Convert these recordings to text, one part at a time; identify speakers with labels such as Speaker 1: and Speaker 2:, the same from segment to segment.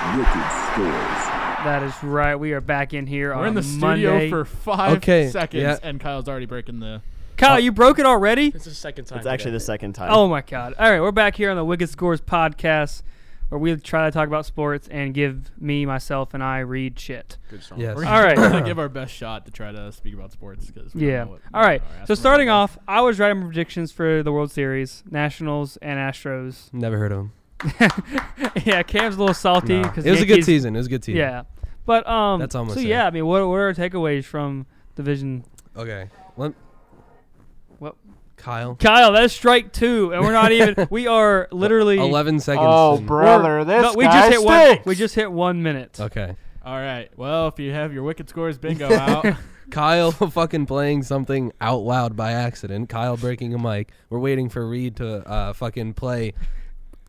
Speaker 1: Wicked Stories.
Speaker 2: That is right. We are back in here
Speaker 3: We're
Speaker 2: on
Speaker 3: in the
Speaker 2: Monday.
Speaker 3: studio for five
Speaker 4: Okay,
Speaker 3: seconds,
Speaker 4: yeah.
Speaker 3: and Kyle's already breaking the.
Speaker 2: Kyle, you broke it already?
Speaker 5: It's the second time.
Speaker 1: It's actually the second time.
Speaker 2: Oh my god. All right, we're back here on the Wicked Scores podcast where we try to talk about sports and give me, myself, and I read shit.
Speaker 5: Good song.
Speaker 4: Yes.
Speaker 3: We're
Speaker 2: All right.
Speaker 3: gonna give our best shot to try to speak about sports because
Speaker 2: Yeah. All right. So starting off, I was writing my predictions for the World Series, Nationals, and Astros.
Speaker 4: Never heard of him.
Speaker 2: yeah, Cam's a little salty
Speaker 4: No.
Speaker 2: because
Speaker 4: It was a good season. It was a good season.
Speaker 2: Yeah, but um,
Speaker 4: That's almost
Speaker 2: so.
Speaker 4: it.
Speaker 2: Yeah, I mean, what what are our takeaways from division?
Speaker 4: Okay. Let,
Speaker 2: What?
Speaker 4: Kyle.
Speaker 2: Kyle, that's strike two, and we're not even. we are literally.
Speaker 4: Eleven seconds.
Speaker 3: Oh,
Speaker 4: in.
Speaker 2: we're- no, we just hit one. We just hit one minute.
Speaker 4: Okay.
Speaker 3: All right. Well, if you have your wicked scores bingo out,
Speaker 4: Kyle fucking playing something out loud by accident. Kyle breaking a mic. We're waiting for Reed to uh, fucking play.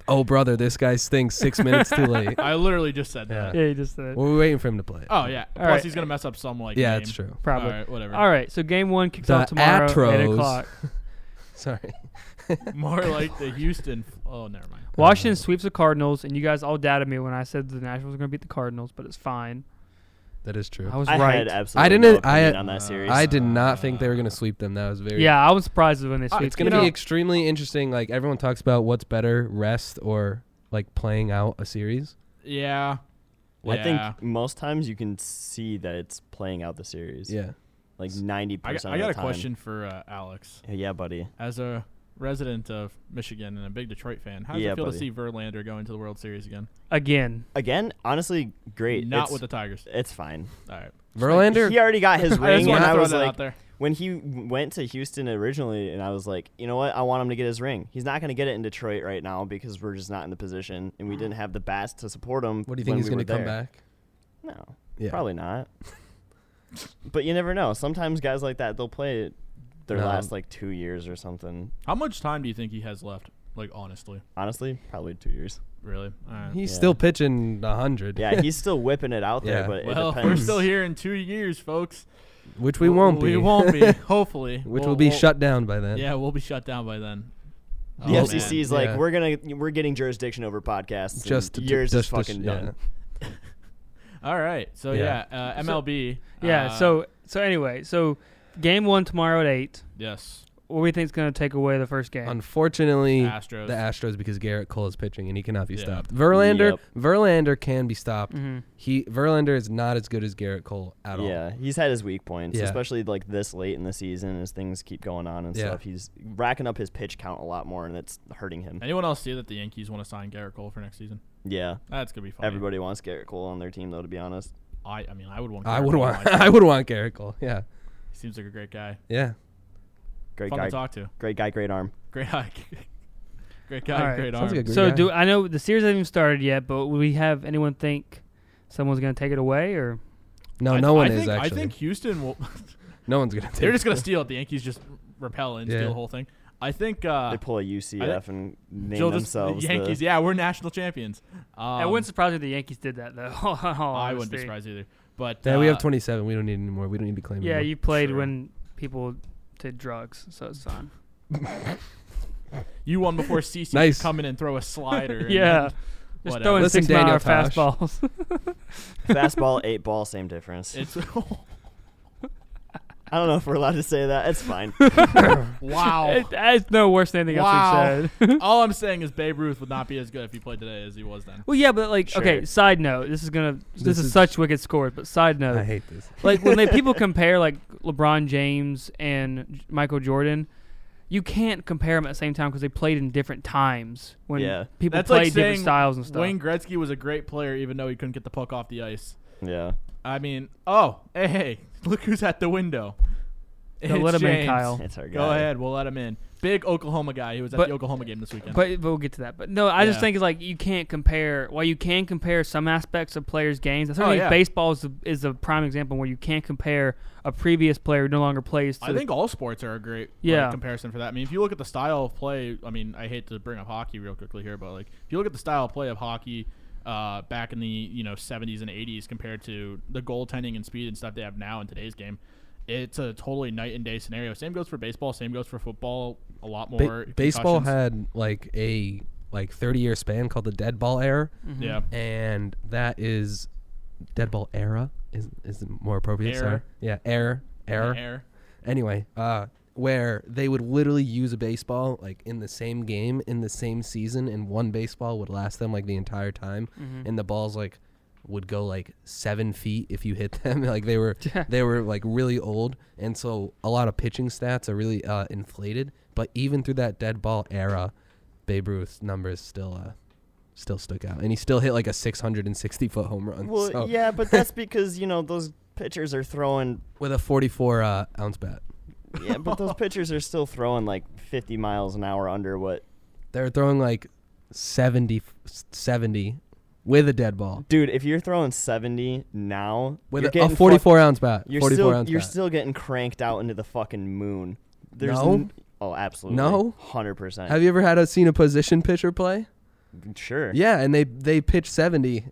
Speaker 4: Oh brother, this guy's thing six minutes too late.
Speaker 3: I literally just said that.
Speaker 2: Yeah, you just said it.
Speaker 4: We're waiting for him to play. it.
Speaker 3: Oh yeah. Plus
Speaker 2: right.
Speaker 3: he's gonna mess up some like.
Speaker 4: yeah,
Speaker 3: name.
Speaker 4: it's true.
Speaker 2: probably.
Speaker 3: All right. Whatever.
Speaker 2: All right, so game one kicks
Speaker 4: The
Speaker 2: off tomorrow at eight
Speaker 4: Atros.
Speaker 2: o'clock.
Speaker 4: Sorry.
Speaker 3: More like the Houston. Oh, never mind.
Speaker 2: Washington sweeps the Cardinals, and you guys all doubted me when I said the Nationals were going to beat the Cardinals, but it's fine.
Speaker 4: That is true.
Speaker 2: I was
Speaker 1: I
Speaker 2: right.
Speaker 1: had absolutely
Speaker 4: I didn't-
Speaker 1: no opinion
Speaker 4: I-
Speaker 1: on that series.
Speaker 4: I did not think they were gonna sweep them. That was very.
Speaker 2: yeah, I was surprised when they
Speaker 3: Uh,
Speaker 2: sweep.
Speaker 4: Ah, It's gonna
Speaker 3: You
Speaker 4: be
Speaker 3: know-
Speaker 4: extremely interesting. Like everyone talks about what's better, rest or like playing out a series.
Speaker 3: Yeah.
Speaker 1: I
Speaker 3: Yeah.
Speaker 1: think most times you can see that it's playing out the series.
Speaker 4: Yeah.
Speaker 1: Like 90% of
Speaker 3: I got, I got
Speaker 1: the
Speaker 3: a
Speaker 1: time.
Speaker 3: question for uh, Alex.
Speaker 1: Yeah, buddy.
Speaker 3: As a resident of Michigan and a big Detroit fan, how does
Speaker 1: Yeah,
Speaker 3: it feel
Speaker 1: buddy.
Speaker 3: to see Verlander going to the World Series again?
Speaker 2: again.
Speaker 1: Again, honestly, great.
Speaker 3: Not
Speaker 1: it's,
Speaker 3: with the Tigers.
Speaker 1: It's fine.
Speaker 3: All right.
Speaker 4: Verlander.
Speaker 1: He already got his
Speaker 3: I just
Speaker 1: ring,
Speaker 3: wanted
Speaker 1: and
Speaker 3: to
Speaker 1: I
Speaker 3: throw
Speaker 1: was
Speaker 3: that
Speaker 1: like,
Speaker 3: out there.
Speaker 1: when he w- went to Houston originally, and I was like, you know what? I want him to get his ring. He's not going to get it in Detroit right now because we're just not in the position, and we didn't have the bats to support him.
Speaker 4: What do you think
Speaker 1: when
Speaker 4: he's
Speaker 1: we
Speaker 4: gonna
Speaker 1: were
Speaker 4: come
Speaker 1: there.
Speaker 4: back?
Speaker 1: No,
Speaker 4: Yeah.
Speaker 1: probably not. but you never know. Sometimes guys like that, they'll play their
Speaker 4: No.
Speaker 1: last like two years or something.
Speaker 3: How much time do you think he has left? Like honestly,
Speaker 1: Honestly, probably two years.
Speaker 3: really? All right.
Speaker 4: He's
Speaker 1: Yeah.
Speaker 4: still pitching hundred.
Speaker 1: Yeah, he's still whipping it out there,
Speaker 4: Yeah.
Speaker 1: but
Speaker 3: well,
Speaker 1: it
Speaker 3: we're
Speaker 1: depends.
Speaker 3: still here in two years, folks.
Speaker 4: which we won't be.
Speaker 3: We won't be. Hopefully,
Speaker 4: which
Speaker 3: We'll-
Speaker 4: will be
Speaker 3: we'll-
Speaker 4: shut down by then.
Speaker 3: Yeah, we'll be shut down by then.
Speaker 1: The
Speaker 3: Oh,
Speaker 1: FCC
Speaker 3: man.
Speaker 1: is like,
Speaker 4: Yeah.
Speaker 1: we're gonna, we're getting jurisdiction over podcasts. and
Speaker 4: Just to-
Speaker 1: years
Speaker 4: just
Speaker 1: is fucking
Speaker 4: to,
Speaker 1: done.
Speaker 3: All right. So yeah,
Speaker 4: Yeah.
Speaker 3: uh, MLB.
Speaker 2: Yeah.
Speaker 3: uh,
Speaker 2: so so anyway, so game one tomorrow at eight.
Speaker 3: yes,
Speaker 2: What do we think's going to take away the first game?
Speaker 4: Unfortunately,
Speaker 3: Astros.
Speaker 4: the Astros because Garrett Cole is pitching and he cannot be
Speaker 3: Yeah.
Speaker 4: stopped. Verlander,
Speaker 1: Yep. Mm-hmm.
Speaker 4: Verlander can be stopped.
Speaker 2: Mhm.
Speaker 4: He Verlander is not as good as Garrett Cole at all.
Speaker 1: Yeah, he's had his weak points,
Speaker 4: Yeah.
Speaker 1: especially like this late in the season as things keep going on and
Speaker 4: Yeah.
Speaker 1: stuff. He's racking up his pitch count a lot more, and it's hurting him.
Speaker 3: anyone else see that the Yankees want to sign Garrett Cole for next season?
Speaker 1: Yeah,
Speaker 3: That's gonna be fun.
Speaker 1: everybody wants Garrett Cole on their team, though. To be honest,
Speaker 3: I, I mean, I would want.
Speaker 4: I
Speaker 3: Garrett
Speaker 4: would
Speaker 3: Cole
Speaker 4: want.
Speaker 3: on my
Speaker 4: I
Speaker 3: team.
Speaker 4: would want Garrett Cole. Yeah.
Speaker 3: He seems like a great guy.
Speaker 4: Yeah.
Speaker 1: great
Speaker 3: fun
Speaker 1: guy,
Speaker 3: to talk to.
Speaker 1: great guy, great arm.
Speaker 3: Great guy. great
Speaker 2: All
Speaker 3: guy.
Speaker 2: right.
Speaker 3: Great
Speaker 4: Sounds
Speaker 3: arm.
Speaker 4: like a great
Speaker 2: so
Speaker 4: guy.
Speaker 2: do I know the series hasn't even started yet? But will we have anyone think someone's going to take it away or?
Speaker 4: No,
Speaker 3: I-
Speaker 4: no one
Speaker 3: I
Speaker 4: is
Speaker 3: think,
Speaker 4: actually.
Speaker 3: I think Houston will.
Speaker 4: no one's gonna. Take
Speaker 3: they're just
Speaker 4: it.
Speaker 3: gonna steal it. The Yankees just repel and
Speaker 4: Yeah.
Speaker 3: steal the whole thing. I think. Uh,
Speaker 1: They pull a UCF and name
Speaker 3: Joe just-
Speaker 1: themselves uh, the-
Speaker 3: Yankees. Yeah, we're national champions.
Speaker 2: it
Speaker 3: Um,
Speaker 2: wouldn't surprise me if the Yankees did that though.
Speaker 3: I wouldn't be surprised either. But
Speaker 4: Yeah, we have
Speaker 3: uh,
Speaker 4: 27. We don't need any more. We don't need to claim.
Speaker 2: Yeah,
Speaker 4: anymore.
Speaker 2: you played
Speaker 3: Sure.
Speaker 2: when people did drugs, so it's fine.
Speaker 3: You won before CC
Speaker 4: Nice.
Speaker 3: could come in and throw a slider. and
Speaker 2: yeah,
Speaker 3: then
Speaker 2: just
Speaker 3: whatever.
Speaker 2: throwing
Speaker 4: Listen,
Speaker 2: six mile
Speaker 4: Daniel
Speaker 2: hour
Speaker 4: Tosh.
Speaker 2: fastballs.
Speaker 1: fastball, eight ball, same difference.
Speaker 3: It's
Speaker 1: I don't know if we're allowed to say that. It's fine.
Speaker 3: wow.
Speaker 2: It- it's no worse than anything
Speaker 3: Wow.
Speaker 2: else we've said.
Speaker 3: All I'm saying is Babe Ruth would not be as good if he played today as he was then.
Speaker 2: well, yeah, but like, okay.
Speaker 1: Sure.
Speaker 2: Side note: This is gonna. This,
Speaker 4: This
Speaker 2: is,
Speaker 4: is-
Speaker 2: such wicked scores, but side
Speaker 4: I
Speaker 2: note:
Speaker 4: hate this.
Speaker 2: like when they people compare like LeBron James and J- Michael Jordan, you can't compare them at the same time because they played in different times when
Speaker 1: Yeah.
Speaker 2: people
Speaker 3: That's
Speaker 2: played
Speaker 3: like
Speaker 2: different
Speaker 3: saying
Speaker 2: styles and stuff.
Speaker 3: Wayne Gretzky was a great player even though he couldn't get the puck off the ice.
Speaker 1: yeah,
Speaker 3: I mean, oh, hey, hey look who's at the window.
Speaker 2: Don't
Speaker 3: It's
Speaker 2: let him in,
Speaker 3: James.
Speaker 2: Kyle.
Speaker 1: it's our guy.
Speaker 3: Go ahead, we'll let him in. Big Oklahoma guy. He was at
Speaker 2: But-
Speaker 3: the Oklahoma game this weekend.
Speaker 2: But, but we'll get to that. But no, I just
Speaker 3: Yeah.
Speaker 2: think it's like you can't compare. While you can compare some aspects of players' games, that's why I
Speaker 3: Oh,
Speaker 2: think
Speaker 3: yeah.
Speaker 2: baseball is the, is a prime example where you can't compare a previous player who no longer plays. To
Speaker 3: I think all sports are a great like,
Speaker 2: Yeah.
Speaker 3: comparison for that. I mean, if you look at the style of play, I mean, I hate to bring up hockey real quickly here, but like if you look at the style of play of hockey uh, back in the you know 70s and 80s compared to the goaltending and speed and stuff they have now in today's game, it's a totally night and day scenario. Same goes for baseball. Same goes for football. A lot more
Speaker 4: Ba- baseball had
Speaker 3: concussions.
Speaker 4: like a like 30 year span called the dead ball era,
Speaker 3: Yeah.
Speaker 4: and that is dead ball era is is more appropriate.
Speaker 3: Era.
Speaker 4: Sorry, yeah, error, error.
Speaker 3: Air.
Speaker 4: Anyway, uh, where they would literally use a baseball like in the same game in the same season, and one baseball would last them like the entire time,
Speaker 1: Mm-hmm.
Speaker 4: and the balls like would go like seven feet if you hit them. like they were they were like really old, and so a lot of pitching stats are really uh, inflated. But even through that dead ball era, Babe Ruth's numbers still uh, still stuck out, and he still hit like a 660 foot home run.
Speaker 1: Well,
Speaker 4: so-
Speaker 1: yeah, but that's because you know those pitchers are throwing.
Speaker 4: with a 44 uh, ounce bat.
Speaker 1: Yeah, but those pitchers are still throwing like 50 miles an hour under what.
Speaker 4: They were throwing like 70, 70 with a dead ball.
Speaker 1: Dude, if you're throwing 70 now,
Speaker 4: With
Speaker 1: you're
Speaker 4: a, a
Speaker 1: getting fuck-
Speaker 4: 44 ounce bat.
Speaker 1: you're
Speaker 4: 44
Speaker 1: still
Speaker 4: ounce
Speaker 1: you're
Speaker 4: bat.
Speaker 1: still getting cranked out into the fucking moon. There's
Speaker 4: No.
Speaker 1: n- oh, absolutely.
Speaker 4: No.
Speaker 1: Hundred percent.
Speaker 4: Have you ever had a, seen a position pitcher play?
Speaker 1: Sure.
Speaker 4: Yeah, and they, they pitch 70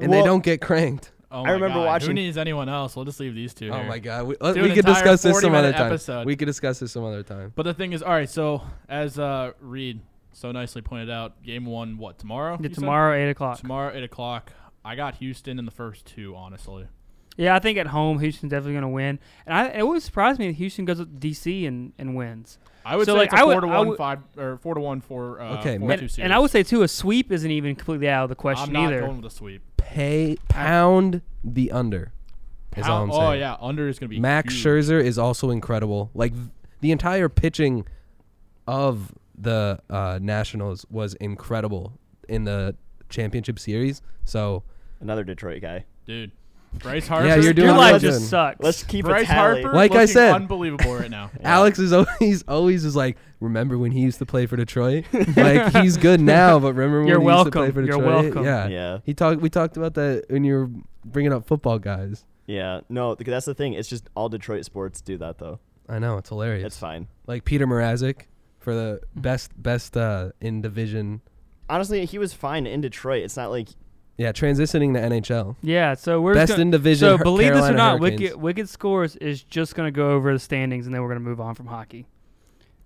Speaker 4: and they
Speaker 1: Well,
Speaker 4: don't get cranked.
Speaker 3: Oh
Speaker 1: I
Speaker 3: my
Speaker 1: remember
Speaker 3: God.
Speaker 1: watching-
Speaker 3: Who needs anyone else? We'll just leave these two.
Speaker 4: Oh
Speaker 3: here.
Speaker 4: my God. We, let-
Speaker 3: Do
Speaker 4: we
Speaker 3: an
Speaker 4: could
Speaker 3: entire
Speaker 4: discuss this some other
Speaker 3: 40 minute
Speaker 4: time.
Speaker 3: episode.
Speaker 4: We could discuss this some other time.
Speaker 3: But the thing is, all right. So as uh, Reed so nicely pointed out, game one what tomorrow?
Speaker 2: Yeah,
Speaker 3: you said?
Speaker 2: tomorrow, eight o'clock.
Speaker 3: Tomorrow eight o'clock. I got Houston in the first two. Honestly,
Speaker 2: Yeah, I think at home Houston's definitely going to win, and I, it always surprised me that Houston goes up to DC and, and wins.
Speaker 3: I would
Speaker 2: So,
Speaker 3: say
Speaker 2: like,
Speaker 3: it's a
Speaker 2: I would-
Speaker 3: four to
Speaker 2: I
Speaker 3: one
Speaker 2: would-
Speaker 3: five or four to one for uh,
Speaker 4: Okay,
Speaker 3: four
Speaker 4: man,
Speaker 3: two
Speaker 2: And,
Speaker 3: series.
Speaker 2: and I would say too, a sweep isn't even completely out of the
Speaker 3: I'm
Speaker 2: question
Speaker 3: not
Speaker 2: either.
Speaker 3: going with a sweep.
Speaker 4: Pay, pound the under is all I'm
Speaker 3: How-
Speaker 4: saying.
Speaker 3: oh yeah, under is gonna be
Speaker 4: Max
Speaker 3: huge.
Speaker 4: Scherzer is also incredible. Like th- the entire pitching of the uh, Nationals was incredible in the championship series. So
Speaker 1: Another Detroit guy.
Speaker 3: dude. Bryce Harper.
Speaker 4: you're doing
Speaker 2: Your
Speaker 4: what
Speaker 2: life
Speaker 4: I'm
Speaker 2: just
Speaker 4: doing.
Speaker 2: sucks.
Speaker 1: Let's keep
Speaker 3: Bryce
Speaker 1: a tally.
Speaker 3: Harper.
Speaker 4: Like I
Speaker 3: looking
Speaker 4: said.
Speaker 3: unbelievable right now.
Speaker 4: Alex is always always is like, remember when he used to play for Detroit? like he's good now, but remember when
Speaker 2: You're
Speaker 4: he used to play
Speaker 2: welcome.
Speaker 4: for
Speaker 2: You're
Speaker 4: Detroit?
Speaker 2: welcome.
Speaker 4: Yeah.
Speaker 1: Yeah.
Speaker 4: He talked. We talked about that when you were bringing up football guys.
Speaker 1: Yeah. No, th- that's the thing. It's just all Detroit sports do that though.
Speaker 4: I know it's hilarious.
Speaker 1: It's fine.
Speaker 4: Like Peter Mrazek for the
Speaker 2: Mm-hmm.
Speaker 4: best best uh, in division.
Speaker 1: Honestly, he was fine in Detroit. It's not like
Speaker 4: Yeah, transitioning to NHL.
Speaker 2: yeah, so we're
Speaker 4: Best
Speaker 2: just gonna,
Speaker 4: in division.
Speaker 2: So
Speaker 4: Her-
Speaker 2: believe this or
Speaker 4: Carolina
Speaker 2: not,
Speaker 4: Hurricanes.
Speaker 2: Wicked Wicked Scores is just going to go over the standings, and then we're going to move on from hockey.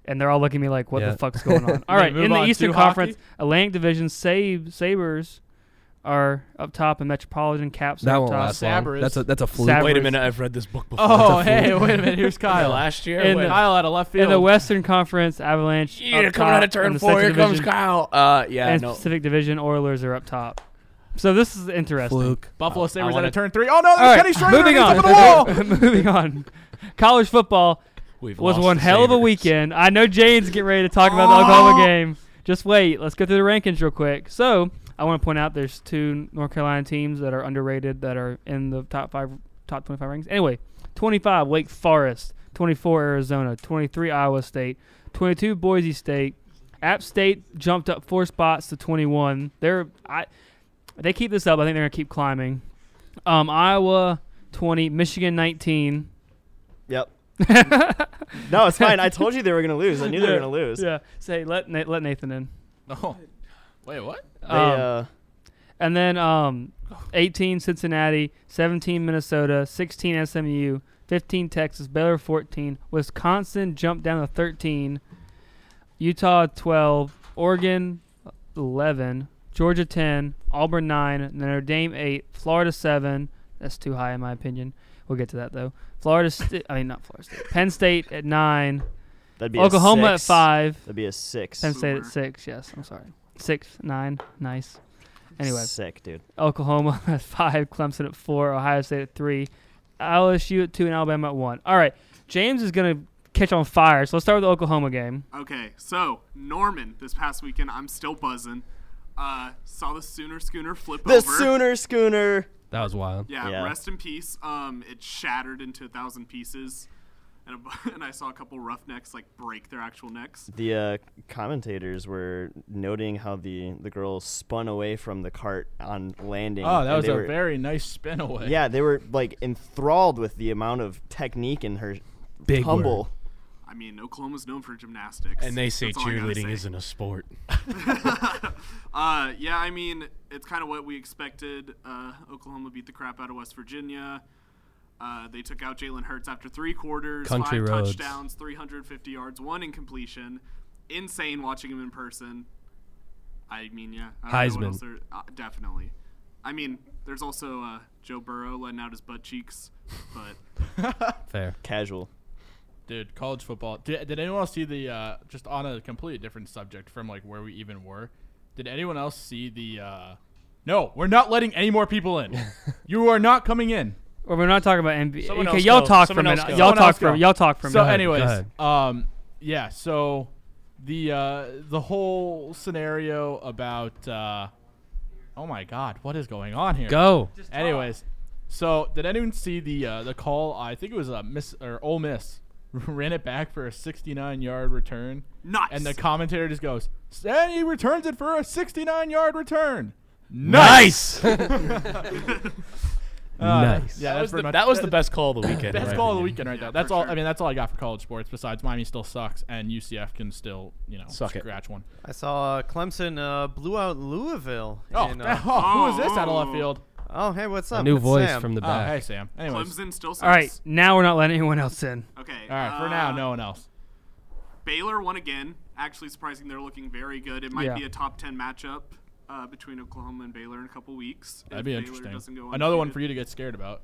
Speaker 2: And they're all looking at me like, "What
Speaker 4: Yeah.
Speaker 2: the fuck's going on?" all
Speaker 3: They
Speaker 2: right,
Speaker 3: move
Speaker 2: in the
Speaker 3: on to
Speaker 2: Eastern
Speaker 3: hockey?
Speaker 2: Conference, Atlantic Division, Sab- Sabers are up top, and Metropolitan Caps
Speaker 4: That
Speaker 2: are
Speaker 4: won't
Speaker 2: up top.
Speaker 4: last long.
Speaker 3: Sabres.
Speaker 4: That's a that's a fluke.
Speaker 2: Sabres.
Speaker 5: Wait a minute, I've read this book before.
Speaker 3: Oh hey, wait a minute. Here's Kyle.
Speaker 5: last year.
Speaker 2: In
Speaker 5: when-
Speaker 2: the-
Speaker 3: Kyle out of left field.
Speaker 2: In the Western Conference, Avalanche.
Speaker 5: Yeah,
Speaker 2: up
Speaker 5: coming
Speaker 2: top,
Speaker 5: out of
Speaker 2: and
Speaker 5: turn
Speaker 2: the
Speaker 5: four. Here
Speaker 2: Central
Speaker 5: comes
Speaker 2: Division
Speaker 5: Kyle. Uh, yeah,
Speaker 2: and
Speaker 5: no.
Speaker 2: Pacific Division Oilers are up top. So this is interesting.
Speaker 4: fluke.
Speaker 3: Buffalo Sabres out
Speaker 5: wanna-
Speaker 3: of turn three. Oh no,
Speaker 2: All
Speaker 3: there's
Speaker 2: right,
Speaker 3: Kenny Schrader.
Speaker 2: moving
Speaker 3: He's up at the wall.
Speaker 2: on. moving on. College football
Speaker 5: We've
Speaker 2: was
Speaker 5: lost
Speaker 2: one
Speaker 5: the
Speaker 2: hell of a
Speaker 5: Sabres.
Speaker 2: weekend. I know Jane's getting ready to talk about the Oklahoma game. Just wait. Let's go through the rankings real quick. So I want to point out there's two North Carolina teams that are underrated that are in the top five, top 25 rankings. Anyway, 25 Wake Forest, 24 Arizona, 23 Iowa State, 22 Boise State. App State jumped up four spots to 21. They're I, they keep this up. I think they're gonna keep climbing. Um, Iowa 20, Michigan 19.
Speaker 1: Yep. no, it's fine. I told you they were gonna lose. I knew they were gonna lose.
Speaker 2: Yeah. Say let Na- let Nathan in.
Speaker 3: Oh. Wait, what?
Speaker 1: They,
Speaker 2: Um,
Speaker 1: uh,
Speaker 2: And then um, 18 Cincinnati, 17 Minnesota, 16 SMU, 15 Texas, Baylor 14, Wisconsin jumped down to 13, Utah 12, Oregon 11, Georgia 10, Auburn 9, Notre Dame 8, Florida 7. That's too high in my opinion. We'll get to that though. Florida State, I mean not Florida State. Penn State at 9,
Speaker 1: that'd be a
Speaker 2: Oklahoma at
Speaker 1: six.
Speaker 2: 5,
Speaker 1: That'd be a six.
Speaker 2: Penn State at 6. Yes, I'm sorry. 6 9. Nice. Anyway,
Speaker 1: sick, dude.
Speaker 2: Oklahoma at five, Clemson at four, Ohio State at three, LSU at two, and Alabama at one. All right, James is gonna catch on fire. So let's start with the Oklahoma game.
Speaker 6: Okay, so Norman this past weekend, I'm still buzzing. Uh, saw the Sooner Schooner flip
Speaker 1: The
Speaker 6: over.
Speaker 1: Sooner Schooner.
Speaker 4: That was wild.
Speaker 6: Yeah,
Speaker 1: Yeah.
Speaker 6: rest in peace. Um, it shattered into a thousand pieces, and a bu- and I saw a couple roughnecks like break their actual necks.
Speaker 1: The uh, commentators were noting how the the girl spun away from the cart on landing.
Speaker 3: Oh, that
Speaker 1: and
Speaker 3: was
Speaker 1: they
Speaker 3: a
Speaker 1: were-
Speaker 3: very nice spin away.
Speaker 1: yeah. They were like enthralled with the amount of technique in her
Speaker 4: Big
Speaker 1: tumble.
Speaker 4: word.
Speaker 6: I mean, Oklahoma's known for gymnastics,
Speaker 5: And they say
Speaker 6: That's all I gotta
Speaker 5: cheerleading
Speaker 6: say.
Speaker 5: isn't a sport.
Speaker 6: Uh, yeah, I mean, it's kind of what we expected. Uh, Oklahoma beat the crap out of West Virginia. Uh, they took out Jalen Hurts after three quarters,
Speaker 4: Country
Speaker 6: five
Speaker 4: roads.
Speaker 6: touchdowns, 350 yards, one incompletion. Insane watching him in person. I mean, yeah. I don't know
Speaker 4: Heisman.
Speaker 6: what else there- uh, definitely. I mean, there's also uh, Joe Burrow letting out his butt cheeks, but
Speaker 4: Fair.
Speaker 1: Casual.
Speaker 3: Dude, college football. Did, did anyone else see the uh, just on a completely different subject from like where we even were? Did anyone else see the? Uh, no, we're not letting any more people in. you are not coming in.
Speaker 2: Or we're not talking about NBA.
Speaker 7: Someone
Speaker 2: okay,
Speaker 7: else
Speaker 2: y'all
Speaker 7: go.
Speaker 2: talk
Speaker 7: Someone
Speaker 2: for a
Speaker 7: else
Speaker 2: minute.
Speaker 7: go.
Speaker 2: Y'all
Speaker 3: Someone
Speaker 2: talk
Speaker 3: else
Speaker 2: for
Speaker 3: go.
Speaker 2: y'all talk for a
Speaker 3: So,
Speaker 2: minute.
Speaker 4: go
Speaker 3: anyways,
Speaker 4: ahead.
Speaker 3: um, yeah. So the uh, the whole scenario about. Uh, oh my God, what is going on here?
Speaker 4: Go.
Speaker 3: Anyways, so did anyone see the uh, the call? I think it was a miss or Ole Miss ran it back for a 69 yard return.
Speaker 6: Nice.
Speaker 3: And the commentator just goes, and he returns it for a 69 yard return.
Speaker 5: Nice.
Speaker 4: Uh, nice.
Speaker 3: Yeah,
Speaker 7: That was,
Speaker 3: that's
Speaker 7: the,
Speaker 3: pretty much
Speaker 7: that was the best call of the weekend.
Speaker 3: Best
Speaker 7: right?
Speaker 3: call of the weekend right there. That's
Speaker 6: for
Speaker 3: all.
Speaker 6: sure.
Speaker 3: I mean, that's all I got for college sports. Besides, Miami still sucks, and UCF can still, you know,
Speaker 5: Suck it.
Speaker 3: scratch one.
Speaker 7: I saw uh, Clemson uh, blew out Louisville.
Speaker 3: Oh,
Speaker 7: in, uh,
Speaker 3: who is this out of left field?
Speaker 7: oh, hey, what's up?
Speaker 4: A new
Speaker 7: It's
Speaker 4: voice
Speaker 7: Sam.
Speaker 4: from the
Speaker 3: Oh, hey
Speaker 4: back.
Speaker 3: Sam. Anyways,
Speaker 6: Clemson still sucks.
Speaker 2: All right, now we're not letting anyone else in.
Speaker 6: Okay.
Speaker 3: all right. For now,
Speaker 6: uh,
Speaker 3: no one else.
Speaker 6: Baylor won again. Actually, surprising they're looking very good. It might
Speaker 2: Yeah.
Speaker 6: be a top ten matchup uh, between Oklahoma and Baylor in a couple weeks.
Speaker 3: That'd
Speaker 6: if
Speaker 3: be
Speaker 6: Baylor
Speaker 3: interesting.
Speaker 6: doesn't go
Speaker 3: Another one
Speaker 6: undefeated.
Speaker 3: for you to get scared about.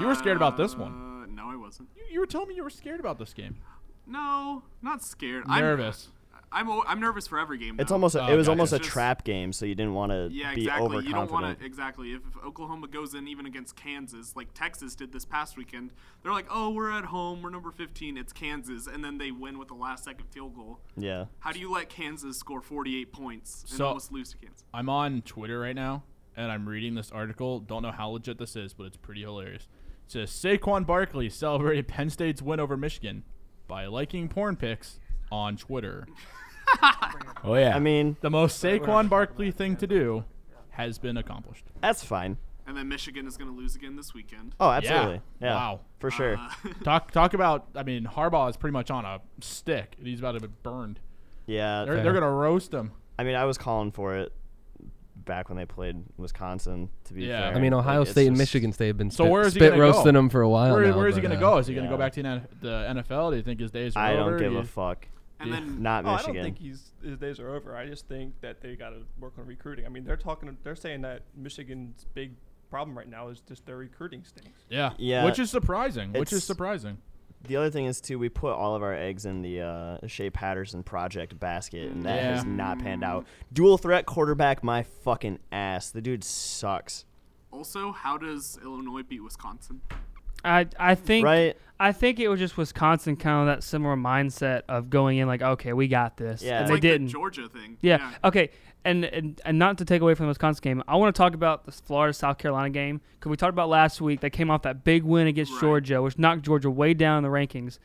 Speaker 3: You were scared about this
Speaker 6: Uh,
Speaker 3: one.
Speaker 6: No, I wasn't.
Speaker 3: You, you were telling me you were scared about this game.
Speaker 6: No, not scared.
Speaker 3: Nervous.
Speaker 6: I'm, I'm o- I'm nervous for every game.
Speaker 1: It's
Speaker 6: though.
Speaker 1: almost a,
Speaker 3: Oh,
Speaker 1: it was
Speaker 3: gotcha.
Speaker 1: almost a
Speaker 6: Just-
Speaker 1: trap game, so you didn't want to
Speaker 6: yeah,
Speaker 1: be
Speaker 6: exactly. You don't
Speaker 1: overconfident.
Speaker 6: want to exactly. If, if Oklahoma goes in even against Kansas, like Texas did this past weekend, they're like, "Oh, we're at home. We're number 15. It's Kansas," and then they win with a last-second field goal.
Speaker 1: yeah.
Speaker 6: How do you let Kansas score 48 points and
Speaker 3: So-
Speaker 6: almost lose to Kansas?
Speaker 3: I'm on Twitter right now, and I'm reading this article. Don't know how legit this is, but it's pretty hilarious. It says Saquon Barkley celebrated Penn State's win over Michigan by liking porn pics on Twitter.
Speaker 5: Oh yeah.
Speaker 1: I mean,
Speaker 3: The most Saquon Barkley thing to do has been accomplished.
Speaker 1: that's fine.
Speaker 6: And then Michigan is going to lose again this weekend.
Speaker 1: Oh, absolutely. Yeah.
Speaker 3: Wow.
Speaker 1: For sure.
Speaker 6: Uh,
Speaker 3: Talk talk about. I mean, Harbaugh is pretty much on a stick. He's about to be burned.
Speaker 1: yeah.
Speaker 3: They're, they're gonna roast him.
Speaker 1: I mean, I was calling for it back when they played Wisconsin. To be
Speaker 3: Yeah.
Speaker 1: fair,
Speaker 4: I mean, Ohio
Speaker 1: Like, it's
Speaker 4: State and
Speaker 1: just-
Speaker 4: Michigan State have been
Speaker 3: So
Speaker 4: spit,
Speaker 3: where is he
Speaker 4: spit
Speaker 3: gonna
Speaker 4: roasting
Speaker 3: go?
Speaker 4: them for a while
Speaker 3: Where,
Speaker 4: now,
Speaker 3: where is he
Speaker 4: but,
Speaker 3: gonna
Speaker 4: uh,
Speaker 3: go? Is he gonna
Speaker 1: yeah.
Speaker 3: go back to the the NFL? Do you think his days are
Speaker 1: I
Speaker 3: over?
Speaker 1: don't give
Speaker 3: Do
Speaker 1: a
Speaker 3: you-
Speaker 1: fuck.
Speaker 6: and then
Speaker 1: Not
Speaker 7: Oh, I
Speaker 1: Michigan.
Speaker 7: don't think he's, his days are over. I just think that they got to work on recruiting. I mean, they're talking, they're saying that Michigan's big problem right now is just their recruiting stinks.
Speaker 3: Yeah.
Speaker 1: Yeah.
Speaker 3: Which is surprising. Which is
Speaker 1: It's-
Speaker 3: surprising.
Speaker 1: the other thing is too, we put all of our eggs in the uh, Shea Patterson project basket, and that
Speaker 3: Yeah.
Speaker 1: has not panned out. Dual threat quarterback, my fucking ass. The dude sucks.
Speaker 6: also, how does Illinois beat Wisconsin?
Speaker 2: I I think
Speaker 1: Right?
Speaker 2: I think it was just Wisconsin kind of that similar mindset of going in like, okay, we got this.
Speaker 1: Yeah.
Speaker 2: And
Speaker 1: It's
Speaker 2: they
Speaker 6: like
Speaker 2: didn't.
Speaker 6: the Georgia thing.
Speaker 2: Yeah. Okay. And, and and not to take away from the Wisconsin game, I want to talk about this Florida South Carolina game because we talked about last week. They came off that big win against
Speaker 6: Right.
Speaker 2: Georgia, which knocked Georgia way down in the rankings.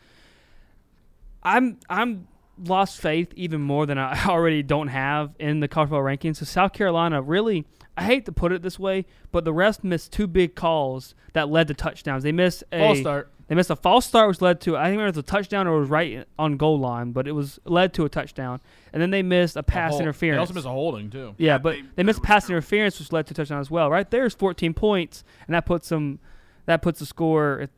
Speaker 2: I'm I'm lost faith even more than I already don't have in the college football rankings. So South Carolina really, I hate to put it this way, but the refs missed two big calls that led to touchdowns. They missed a
Speaker 3: False start.
Speaker 2: they missed a false start, which led to I think it was a touchdown or it was right on goal line, but it was led to a touchdown. And then they missed a
Speaker 3: A
Speaker 2: pass
Speaker 3: hol- They
Speaker 2: interference.
Speaker 3: also miss a holding too.
Speaker 2: yeah,
Speaker 6: Yeah,
Speaker 2: but
Speaker 6: they-
Speaker 2: they,
Speaker 6: that
Speaker 2: missed
Speaker 6: was
Speaker 2: pass
Speaker 6: terrible.
Speaker 2: interference, which led to a touchdown as well. Right there's 14 points, and that puts them that puts the score at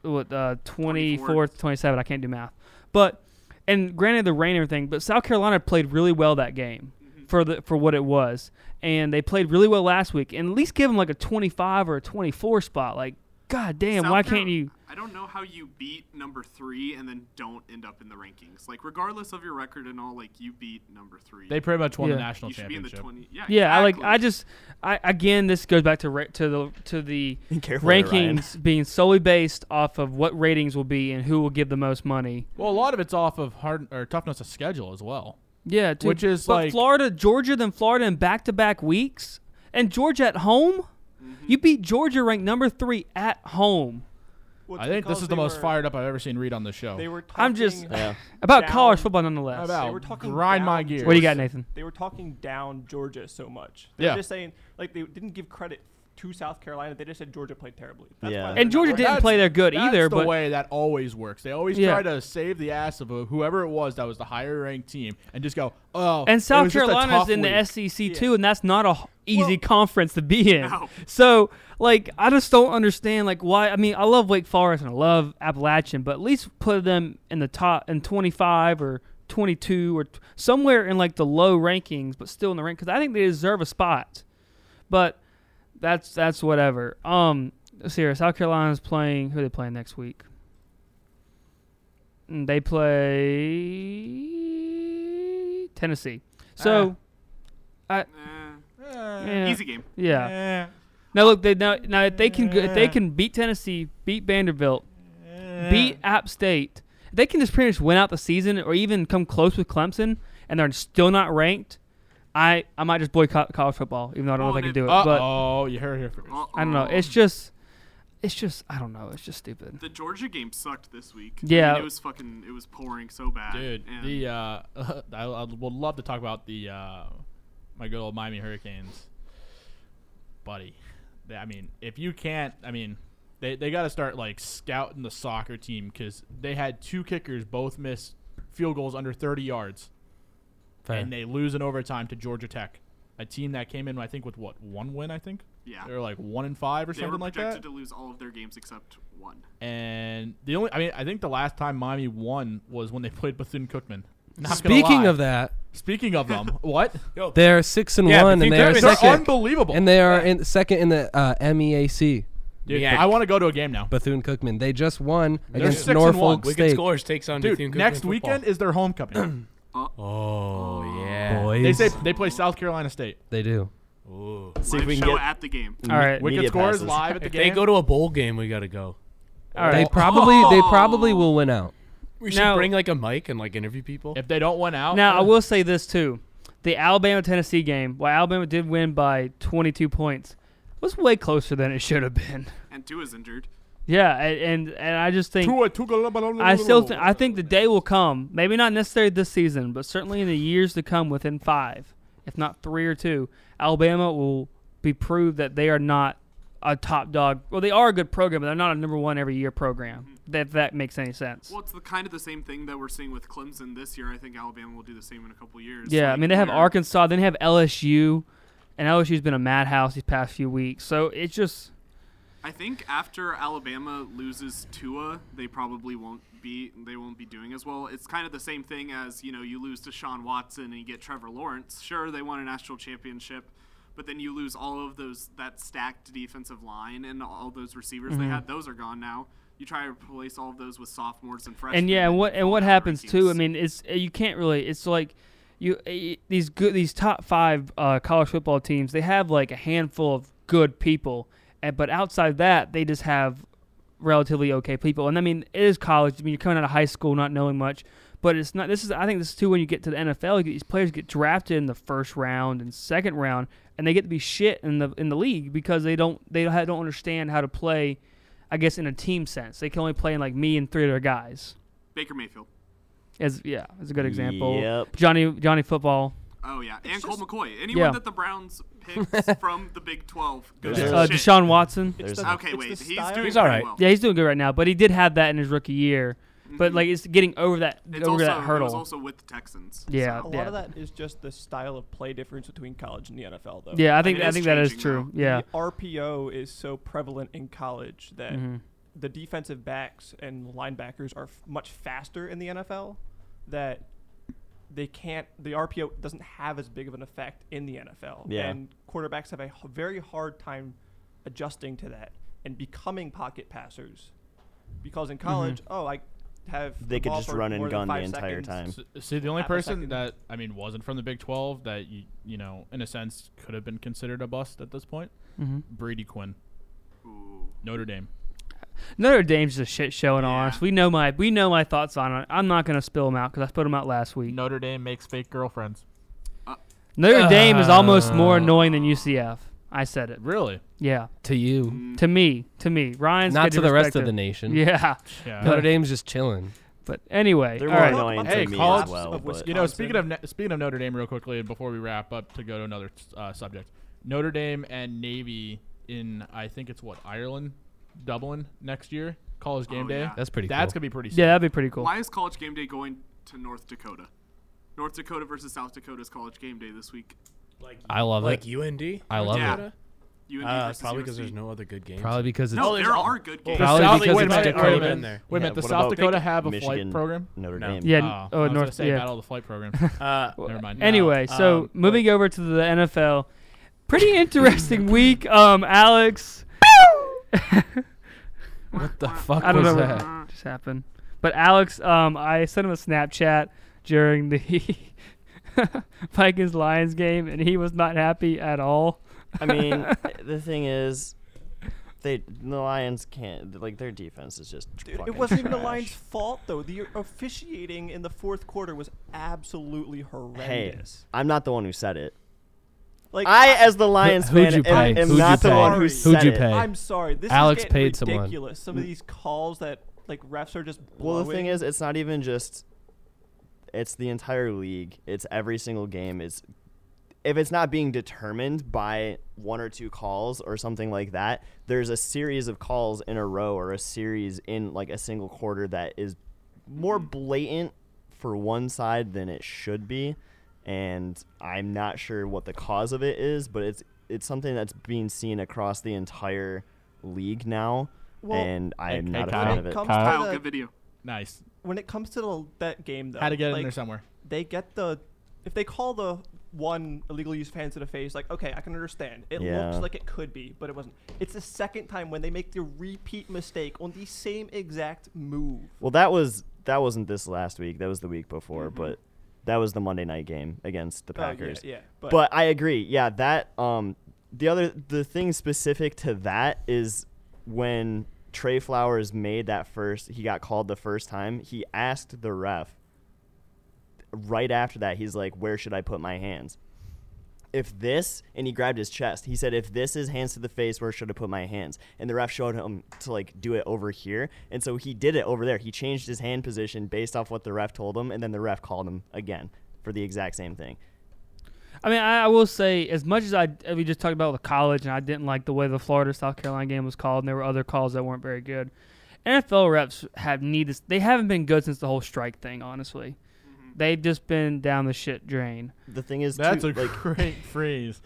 Speaker 2: what uh, 24 to 27. I can't do math, but and granted the rain and everything, but South Carolina played really well that game for the for what it was, and they played really well last week. And at least give them like a 25 or a 24 spot. Like, god damn,
Speaker 6: South
Speaker 2: why
Speaker 6: Carol-
Speaker 2: can't you?
Speaker 6: I don't know how you beat number three and then don't end up in the rankings. Like, regardless of your record and all, like you beat number three.
Speaker 3: They pretty much won
Speaker 2: Yeah.
Speaker 3: the national
Speaker 6: you should be in the
Speaker 3: championship.
Speaker 6: twenty. Yeah.
Speaker 2: Yeah, I like
Speaker 6: exactly.
Speaker 2: I just I again this goes back to ra- to the to the
Speaker 1: Careful there, Ryan.
Speaker 2: rankings being solely based off of what ratings will be and who will give the most money.
Speaker 3: Well, a lot of it's off of hard or toughness of schedule as well.
Speaker 2: Yeah, dude.
Speaker 3: Which is
Speaker 2: but
Speaker 3: like-
Speaker 2: Florida, Georgia, then Florida in back to back weeks, and Georgia at home. You beat Georgia ranked number three at home.
Speaker 7: Well,
Speaker 3: I
Speaker 7: it's
Speaker 3: think this
Speaker 7: because
Speaker 3: is the
Speaker 7: they
Speaker 3: most
Speaker 7: were-
Speaker 3: fired up I've ever seen Reed on the show.
Speaker 7: They were talking,
Speaker 2: I'm just-
Speaker 1: Yeah.
Speaker 2: About
Speaker 7: Down.
Speaker 2: college football, nonetheless.
Speaker 3: About-
Speaker 7: they were talking
Speaker 3: Grind
Speaker 7: down
Speaker 3: my gears.
Speaker 2: What do you got, Nathan?
Speaker 7: They were talking down Georgia so much. They
Speaker 3: Yeah.
Speaker 7: were just saying like they didn't give credit to South Carolina. They just said Georgia played terribly. That's
Speaker 1: Yeah.
Speaker 7: why
Speaker 1: And
Speaker 7: they're
Speaker 2: And
Speaker 7: not
Speaker 2: Georgia
Speaker 7: ranked.
Speaker 2: didn't
Speaker 3: That's-
Speaker 2: play there good
Speaker 3: That's
Speaker 2: either,
Speaker 3: the
Speaker 2: but
Speaker 3: way that always works. They always
Speaker 2: Yeah.
Speaker 3: try to save the ass of whoever it was that was the higher ranked team and just go, oh.
Speaker 2: and
Speaker 3: it
Speaker 2: South
Speaker 3: was just a
Speaker 2: Carolina's
Speaker 3: tough
Speaker 2: in the
Speaker 3: week."
Speaker 2: SEC too, and that's not a h- easy
Speaker 3: Well-
Speaker 2: conference to be in.
Speaker 6: No.
Speaker 2: So, like, I just don't understand, like, why. I mean, I love Wake Forest and I love Appalachian, but at least put them in the top in 25 or 22 or t- somewhere in like the low rankings, but still in the rank because I think they deserve a spot. But that's that's whatever. Um, let's see here. South Carolina's playing. Who are they playing next week? Mm, They play Tennessee. So,
Speaker 6: Eh,
Speaker 3: Uh,
Speaker 2: yeah,
Speaker 6: Easy game.
Speaker 2: yeah. Now look, they now now if they can go- if they
Speaker 3: Yeah.
Speaker 2: can beat Tennessee, beat Vanderbilt, beat App State, if they can just pretty much win out the season or even come close with Clemson, and they're still not ranked. I I might just boycott college football, even though I don't know if I
Speaker 6: Well,
Speaker 2: can
Speaker 6: they-
Speaker 2: do it. But
Speaker 3: Oh, you heard it here first.
Speaker 2: I don't know.
Speaker 6: Uh-oh.
Speaker 2: It's just, it's just I don't know. It's just stupid.
Speaker 6: oh, the Georgia game sucked this week. I
Speaker 2: Yeah.
Speaker 6: mean, it was fucking. It was pouring so bad.
Speaker 3: Dude,
Speaker 6: and
Speaker 3: the uh, I, I would love to talk about the uh, my good old Miami Hurricanes, buddy. They- I mean, if you can't, I mean, they they got to start like scouting the soccer team because they had two kickers both miss field goals under thirty yards,
Speaker 4: Fair.
Speaker 3: and they lose in overtime to Georgia Tech, a team that came in I think with what one win I think
Speaker 6: yeah,
Speaker 3: they were like one and five or
Speaker 6: they were
Speaker 3: something like that.
Speaker 6: projected to lose all of their games except one.
Speaker 3: And the only, I mean, I think the last time Miami won was when they played Bethune Cookman.
Speaker 4: Speaking of that,
Speaker 3: speaking of them, what?
Speaker 4: they're six and
Speaker 5: Yeah,
Speaker 4: one, and
Speaker 5: Bethune
Speaker 4: they are
Speaker 5: Cookman's
Speaker 3: They're
Speaker 5: second.
Speaker 4: second,
Speaker 3: unbelievable.
Speaker 4: and they are in second in the uh, MEAC.
Speaker 3: Dude,
Speaker 5: Yeah.
Speaker 3: I want to go to a game now.
Speaker 4: Bethune Cookman. They just won
Speaker 5: They're
Speaker 4: against
Speaker 3: six and one.
Speaker 4: Norfolk
Speaker 3: We
Speaker 5: Wicked
Speaker 4: State.
Speaker 5: Scores takes on
Speaker 3: Dude,
Speaker 5: Bethune Cookman
Speaker 3: next
Speaker 5: football.
Speaker 3: weekend is their homecoming.
Speaker 5: Oh yeah.
Speaker 4: Boys,
Speaker 3: they say they play South Carolina State.
Speaker 4: they do.
Speaker 5: Ooh.
Speaker 1: See if
Speaker 6: Live
Speaker 1: we can
Speaker 6: show
Speaker 1: get
Speaker 6: at the game.
Speaker 2: All right,
Speaker 1: we-
Speaker 3: Wicked
Speaker 1: Media
Speaker 3: scores
Speaker 1: passes.
Speaker 3: live at the
Speaker 5: If
Speaker 3: game.
Speaker 5: they go to a bowl game, we gotta go.
Speaker 2: all
Speaker 4: They
Speaker 2: right.
Speaker 4: probably they
Speaker 3: Oh.
Speaker 4: probably will win out.
Speaker 5: We should
Speaker 2: should Now- bring,
Speaker 5: bring like a mic and like interview people.
Speaker 3: if they don't win out,
Speaker 2: Now I will say this too: the Alabama Tennessee game, while Alabama did win by 22 points, was way closer than it should have been.
Speaker 6: And two is injured.
Speaker 2: Yeah, a- and and I just think
Speaker 3: Tua, Tuga-
Speaker 2: I still think I think the day will come. Maybe not necessarily this season, but certainly in the years to come, within five, if not three or two, Alabama will be proved that they are not a top dog. Well, they are a good program, but they're not a number one every year program. If that makes any sense.
Speaker 6: Mm-hmm. Well, it's the kind of the same thing that we're seeing with Clemson this year. I think Alabama will do the same in a couple years.
Speaker 2: Yeah, I
Speaker 6: Like,
Speaker 2: mean they have
Speaker 6: where-
Speaker 2: Arkansas, then they have LSU, and LSU's been a madhouse these past few weeks. So it's just
Speaker 6: I think after Alabama loses Tua, they probably won't be they won't be doing as well. It's kind of the same thing as you know you lose to Sean Watson and you get Trevor Lawrence. Sure, they won a national championship, but then you lose all of those that stacked defensive line and all those receivers
Speaker 2: Mm-hmm.
Speaker 6: they had. Those are gone now. You try to replace all of those with sophomores and freshmen.
Speaker 2: and yeah, and
Speaker 6: you
Speaker 2: what and
Speaker 6: fall
Speaker 2: what
Speaker 6: down the
Speaker 2: happens too? I
Speaker 6: rankings.
Speaker 2: mean, it's uh, you can't really. It's like you eh, these good these top five uh, college football teams. They have like a handful of good people, and, but outside that, they just have relatively okay people. And I mean, it is college. I mean, you're coming out of high school not knowing much. But it's not. This is. I think this is too. When you get to the NFL, you get, these players get drafted in the first round and second round, and they get to be shit in the in the league because they don't they ha- don't understand how to play. I guess in a team sense, they can only play in like me and three other guys.
Speaker 6: Baker Mayfield.
Speaker 2: As yeah, is a good example.
Speaker 1: Yep.
Speaker 2: Johnny Johnny football.
Speaker 6: Oh yeah, and Cole McCoy. Anyone
Speaker 2: yeah.
Speaker 6: that the Browns picked from the Big Twelve goes
Speaker 1: Yeah.
Speaker 6: to
Speaker 2: Uh,
Speaker 6: shit.
Speaker 2: Deshaun Watson.
Speaker 1: There's
Speaker 7: the-
Speaker 6: Okay,
Speaker 7: It's
Speaker 6: wait.
Speaker 7: the
Speaker 6: He's
Speaker 7: style.
Speaker 6: doing
Speaker 5: He's
Speaker 6: pretty
Speaker 5: alright.
Speaker 6: Well.
Speaker 2: Yeah, he's doing good right now, but he did have that in his rookie year. But like it's getting over that
Speaker 6: Mm-hmm. It's
Speaker 2: over
Speaker 6: also,
Speaker 2: that
Speaker 6: It was
Speaker 2: hurdle.
Speaker 6: also with the Texans.
Speaker 2: Yeah,
Speaker 7: A lot
Speaker 2: yeah.
Speaker 7: of that is just the style of play difference between college and the NFL, though.
Speaker 2: yeah, I think
Speaker 6: mean, it
Speaker 2: I
Speaker 6: is
Speaker 2: think that is
Speaker 6: changing now.
Speaker 2: true. Yeah.
Speaker 7: The RPO is so prevalent in college that
Speaker 3: Mm-hmm.
Speaker 7: the defensive backs and linebackers are f- much faster in the NFL that they can't the RPO doesn't have as big of an effect in the NFL.
Speaker 1: Yeah.
Speaker 7: And quarterbacks have a h- very hard time adjusting to that and becoming pocket passers. Because
Speaker 3: Mm-hmm.
Speaker 7: in college, oh, I have
Speaker 1: They
Speaker 7: the
Speaker 1: could
Speaker 7: ball
Speaker 1: just
Speaker 7: for
Speaker 1: run and
Speaker 7: more than
Speaker 1: gun the
Speaker 7: five
Speaker 1: entire
Speaker 7: seconds.
Speaker 1: time.
Speaker 3: S- See, the only
Speaker 7: Half a
Speaker 3: person
Speaker 7: second.
Speaker 3: that I mean wasn't from the Big Twelve that you you know in a sense could have been considered a bust at this point. Brady Quinn,
Speaker 6: Ooh.
Speaker 3: Notre Dame.
Speaker 2: Notre Dame's a shit show. In all
Speaker 6: Yeah.
Speaker 2: honesty, we know my we know my thoughts on it. I'm not gonna spill them out because I spilled them out last week.
Speaker 3: Notre Dame makes fake girlfriends.
Speaker 2: Notre Dame is almost
Speaker 6: Uh.
Speaker 2: more annoying than UCF. I said it.
Speaker 3: Really?
Speaker 2: Yeah.
Speaker 4: To you,
Speaker 2: To me, to me, Ryan's
Speaker 4: not
Speaker 2: got
Speaker 4: to
Speaker 2: your
Speaker 4: the rest of the
Speaker 2: perspective.
Speaker 4: nation.
Speaker 2: Yeah.
Speaker 3: Yeah.
Speaker 4: Notre Dame's just chilling.
Speaker 2: But anyway,
Speaker 1: They're
Speaker 2: all
Speaker 1: more
Speaker 2: right.
Speaker 1: annoying
Speaker 3: Hey,
Speaker 1: to me
Speaker 3: college
Speaker 1: as well. but-
Speaker 7: of Wisconsin.
Speaker 3: You know, speaking of Ne- speaking of Notre Dame, real quickly before we wrap up to go to another uh, subject, Notre Dame and Navy in I think it's what Ireland, Dublin next year, college
Speaker 1: Oh,
Speaker 3: game day.
Speaker 6: yeah.
Speaker 4: That's pretty
Speaker 3: That's
Speaker 4: cool.
Speaker 3: gonna be pretty.
Speaker 2: Yeah,
Speaker 3: Yeah,
Speaker 2: that'd be pretty cool.
Speaker 6: Why is college game day going to North Dakota? North Dakota versus South Dakota's college game day this week.
Speaker 5: Like
Speaker 4: I love
Speaker 5: like
Speaker 4: it.
Speaker 5: UND.
Speaker 4: I love
Speaker 6: Yeah.
Speaker 4: it.
Speaker 6: UND
Speaker 5: Uh,
Speaker 6: versus
Speaker 5: probably
Speaker 6: USC.
Speaker 5: because there's no other good games.
Speaker 4: Probably because it's
Speaker 6: No,
Speaker 3: there's
Speaker 6: there
Speaker 3: all-
Speaker 6: are good games.
Speaker 4: Probably
Speaker 3: South,
Speaker 4: because
Speaker 3: wait a
Speaker 4: it's
Speaker 3: minute,
Speaker 4: Dick
Speaker 3: wait a
Speaker 4: Cheney.
Speaker 3: minute.
Speaker 5: Yeah,
Speaker 3: Wait a minute.
Speaker 1: what
Speaker 3: Does South
Speaker 1: about
Speaker 3: Dakota have a
Speaker 1: Michigan?
Speaker 3: flight program?
Speaker 1: Notre
Speaker 5: No.
Speaker 1: Dame.
Speaker 2: Yeah.
Speaker 3: Oh, I
Speaker 2: oh,
Speaker 3: was gonna
Speaker 2: North.
Speaker 3: say
Speaker 2: Yeah.
Speaker 3: Battle of the Flight program.
Speaker 5: Uh,
Speaker 3: Never mind.
Speaker 2: Anyway,
Speaker 5: No,
Speaker 2: so
Speaker 5: um,
Speaker 2: moving over to the NFL, pretty interesting week. Um, Alex,
Speaker 4: what the fuck
Speaker 2: I don't
Speaker 4: was
Speaker 2: know
Speaker 4: that?
Speaker 2: what just happened, but Alex, um, I sent him a Snapchat during the Vikings Lions game, and he was not happy at all.
Speaker 1: I mean, the thing is, they the Lions can't like their defense is just.
Speaker 7: Dude,
Speaker 1: fucking
Speaker 7: it wasn't even the
Speaker 1: trash.
Speaker 7: Lions' fault though. The officiating in the fourth quarter was absolutely
Speaker 1: Hey,
Speaker 7: horrendous.
Speaker 1: I'm not the one who said it.
Speaker 7: Like
Speaker 1: I, as the Lions
Speaker 4: who'd
Speaker 1: fan,
Speaker 4: you
Speaker 1: am,
Speaker 4: pay?
Speaker 1: am
Speaker 7: Who'd
Speaker 1: not
Speaker 7: you
Speaker 1: the one
Speaker 7: pay?
Speaker 1: who
Speaker 7: Who'd
Speaker 1: said
Speaker 4: you
Speaker 1: it.
Speaker 4: pay?
Speaker 7: I'm sorry. This
Speaker 4: Alex
Speaker 7: is getting
Speaker 4: paid someone.
Speaker 7: ridiculous. Some of these calls that like refs are just
Speaker 1: Well, the thing
Speaker 7: blowing.
Speaker 1: is, it's not even just. It's the entire league. It's every single game. It's if it's not being determined by one or two calls or something like that. There's a series of calls in a row or a series in like a single quarter that is more blatant for one side than it should be, and I'm not sure what the cause of it is, but it's it's something that's being seen across the entire league now,
Speaker 7: Well,
Speaker 1: and I'm
Speaker 3: hey,
Speaker 1: not a
Speaker 3: Kyle.
Speaker 1: fan
Speaker 7: when
Speaker 1: of
Speaker 7: it
Speaker 1: it.
Speaker 7: comes
Speaker 6: Kyle,
Speaker 7: to
Speaker 6: good
Speaker 7: the,
Speaker 6: video.
Speaker 3: Nice.
Speaker 7: when it comes to the, that game though,
Speaker 3: How to get
Speaker 7: like,
Speaker 3: in there somewhere?
Speaker 7: they get the if they call the one illegal use fans to the face, like okay, I can understand. It
Speaker 1: Yeah.
Speaker 7: looks like it could be, but it wasn't. It's the second time when they make the repeat mistake on the same exact move.
Speaker 1: Well, that was that wasn't this last week. That was the week before, but that was the Monday night game against the
Speaker 7: Mm-hmm. Oh, yeah,
Speaker 1: Packers.
Speaker 7: yeah,
Speaker 1: Uh, but.
Speaker 7: but-
Speaker 1: I agree. Yeah, that um the other the thing specific to that is when Trey Flowers made that first he got called the first time, he asked the ref right after that he's like, "Where should I put my hands?" if this and he grabbed his chest he said if this is hands to the face where should i put my hands and the ref showed him to like do it over here and so he did it over there he changed his hand position based off what the ref told him and then the ref called him again for the exact same thing
Speaker 2: I mean, I, I will say, as much as I we just talked about the college, and I didn't like the way the Florida South Carolina game was called, and there were other calls that weren't very good. NFL refs have needed; they haven't been good since the whole strike thing. Honestly, they've just been down the shit drain.
Speaker 1: the thing is
Speaker 3: That's
Speaker 1: too,
Speaker 3: a
Speaker 1: like
Speaker 3: great phrase.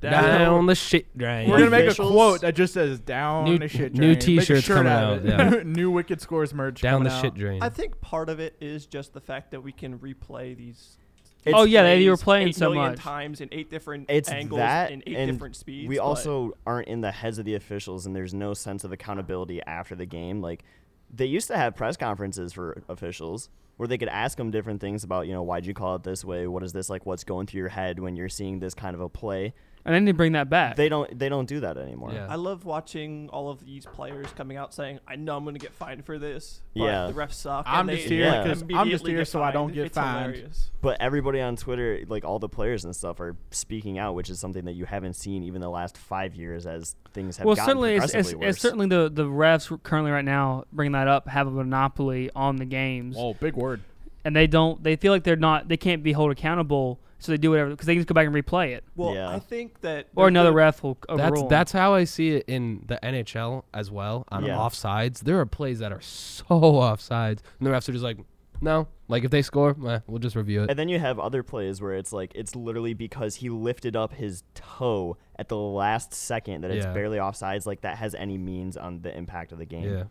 Speaker 4: Down the shit drain.
Speaker 3: We're gonna make a
Speaker 1: Officials-
Speaker 3: quote that just says "down
Speaker 4: New-
Speaker 3: the shit drain."
Speaker 4: new
Speaker 3: Make a
Speaker 4: t-shirts
Speaker 3: shirt
Speaker 4: coming
Speaker 3: of
Speaker 4: out,
Speaker 3: it.
Speaker 4: yeah.
Speaker 3: new Wicked Scores merch.
Speaker 4: Down the
Speaker 3: coming
Speaker 4: shit
Speaker 3: out.
Speaker 4: drain.
Speaker 7: I think part of it is just the fact that we can replay these.
Speaker 1: It's-
Speaker 2: oh yeah, they, they were
Speaker 7: plays
Speaker 2: playing
Speaker 7: eight
Speaker 2: so
Speaker 7: million
Speaker 2: much.
Speaker 7: times in eight different
Speaker 1: it's
Speaker 7: angles
Speaker 1: that
Speaker 7: and eight
Speaker 1: and
Speaker 7: different speeds.
Speaker 1: we
Speaker 7: but-
Speaker 1: also aren't in the heads of the officials and there's no sense of accountability after the game like they used to have press conferences for officials where they could ask them different things about you know why'd you call it this way what is this like what's going through your head when you're seeing this kind of a play
Speaker 2: And then they bring that back.
Speaker 1: they don't they don't do that anymore
Speaker 4: Yeah.
Speaker 7: I love watching all of these players coming out saying, "I know I'm going to get fined for this." But
Speaker 1: Yeah.
Speaker 7: the refs suck.
Speaker 3: I'm
Speaker 7: and they
Speaker 3: just here
Speaker 1: Yeah.
Speaker 3: 'cause- I'm just
Speaker 7: immediately
Speaker 3: here
Speaker 7: get
Speaker 3: so I don't
Speaker 7: fined.
Speaker 3: get
Speaker 7: It's
Speaker 3: fined.
Speaker 7: hilarious.
Speaker 1: but everybody on twitter like all the players and stuff are speaking out which is something that you haven't seen even the last five years as things have
Speaker 2: well,
Speaker 1: gotten
Speaker 2: certainly, it's,
Speaker 1: progressively
Speaker 2: it's,
Speaker 1: worse.
Speaker 2: it's certainly the the refs currently right now bringing that up have a monopoly on the games.
Speaker 3: Whoa, big word.
Speaker 2: and they don't they feel like they're not they can't be held accountable so they do whatever because they can just go back and replay it
Speaker 7: Well,
Speaker 1: Yeah.
Speaker 7: I think that
Speaker 2: or
Speaker 7: they're
Speaker 2: another
Speaker 7: good-
Speaker 2: ref will
Speaker 4: That's
Speaker 2: overrule 'em.
Speaker 4: that's how I see it in the NHL as well on
Speaker 1: Yeah.
Speaker 4: offsides. There are plays that are so offsides, and the refs are just like, no. Like if they score, eh, we'll just review it.
Speaker 1: And then you have other plays where it's like it's literally because he lifted up his toe at the last second that it's
Speaker 4: Yeah.
Speaker 1: barely offsides. Like that has any means on the impact of the game.
Speaker 4: Yeah,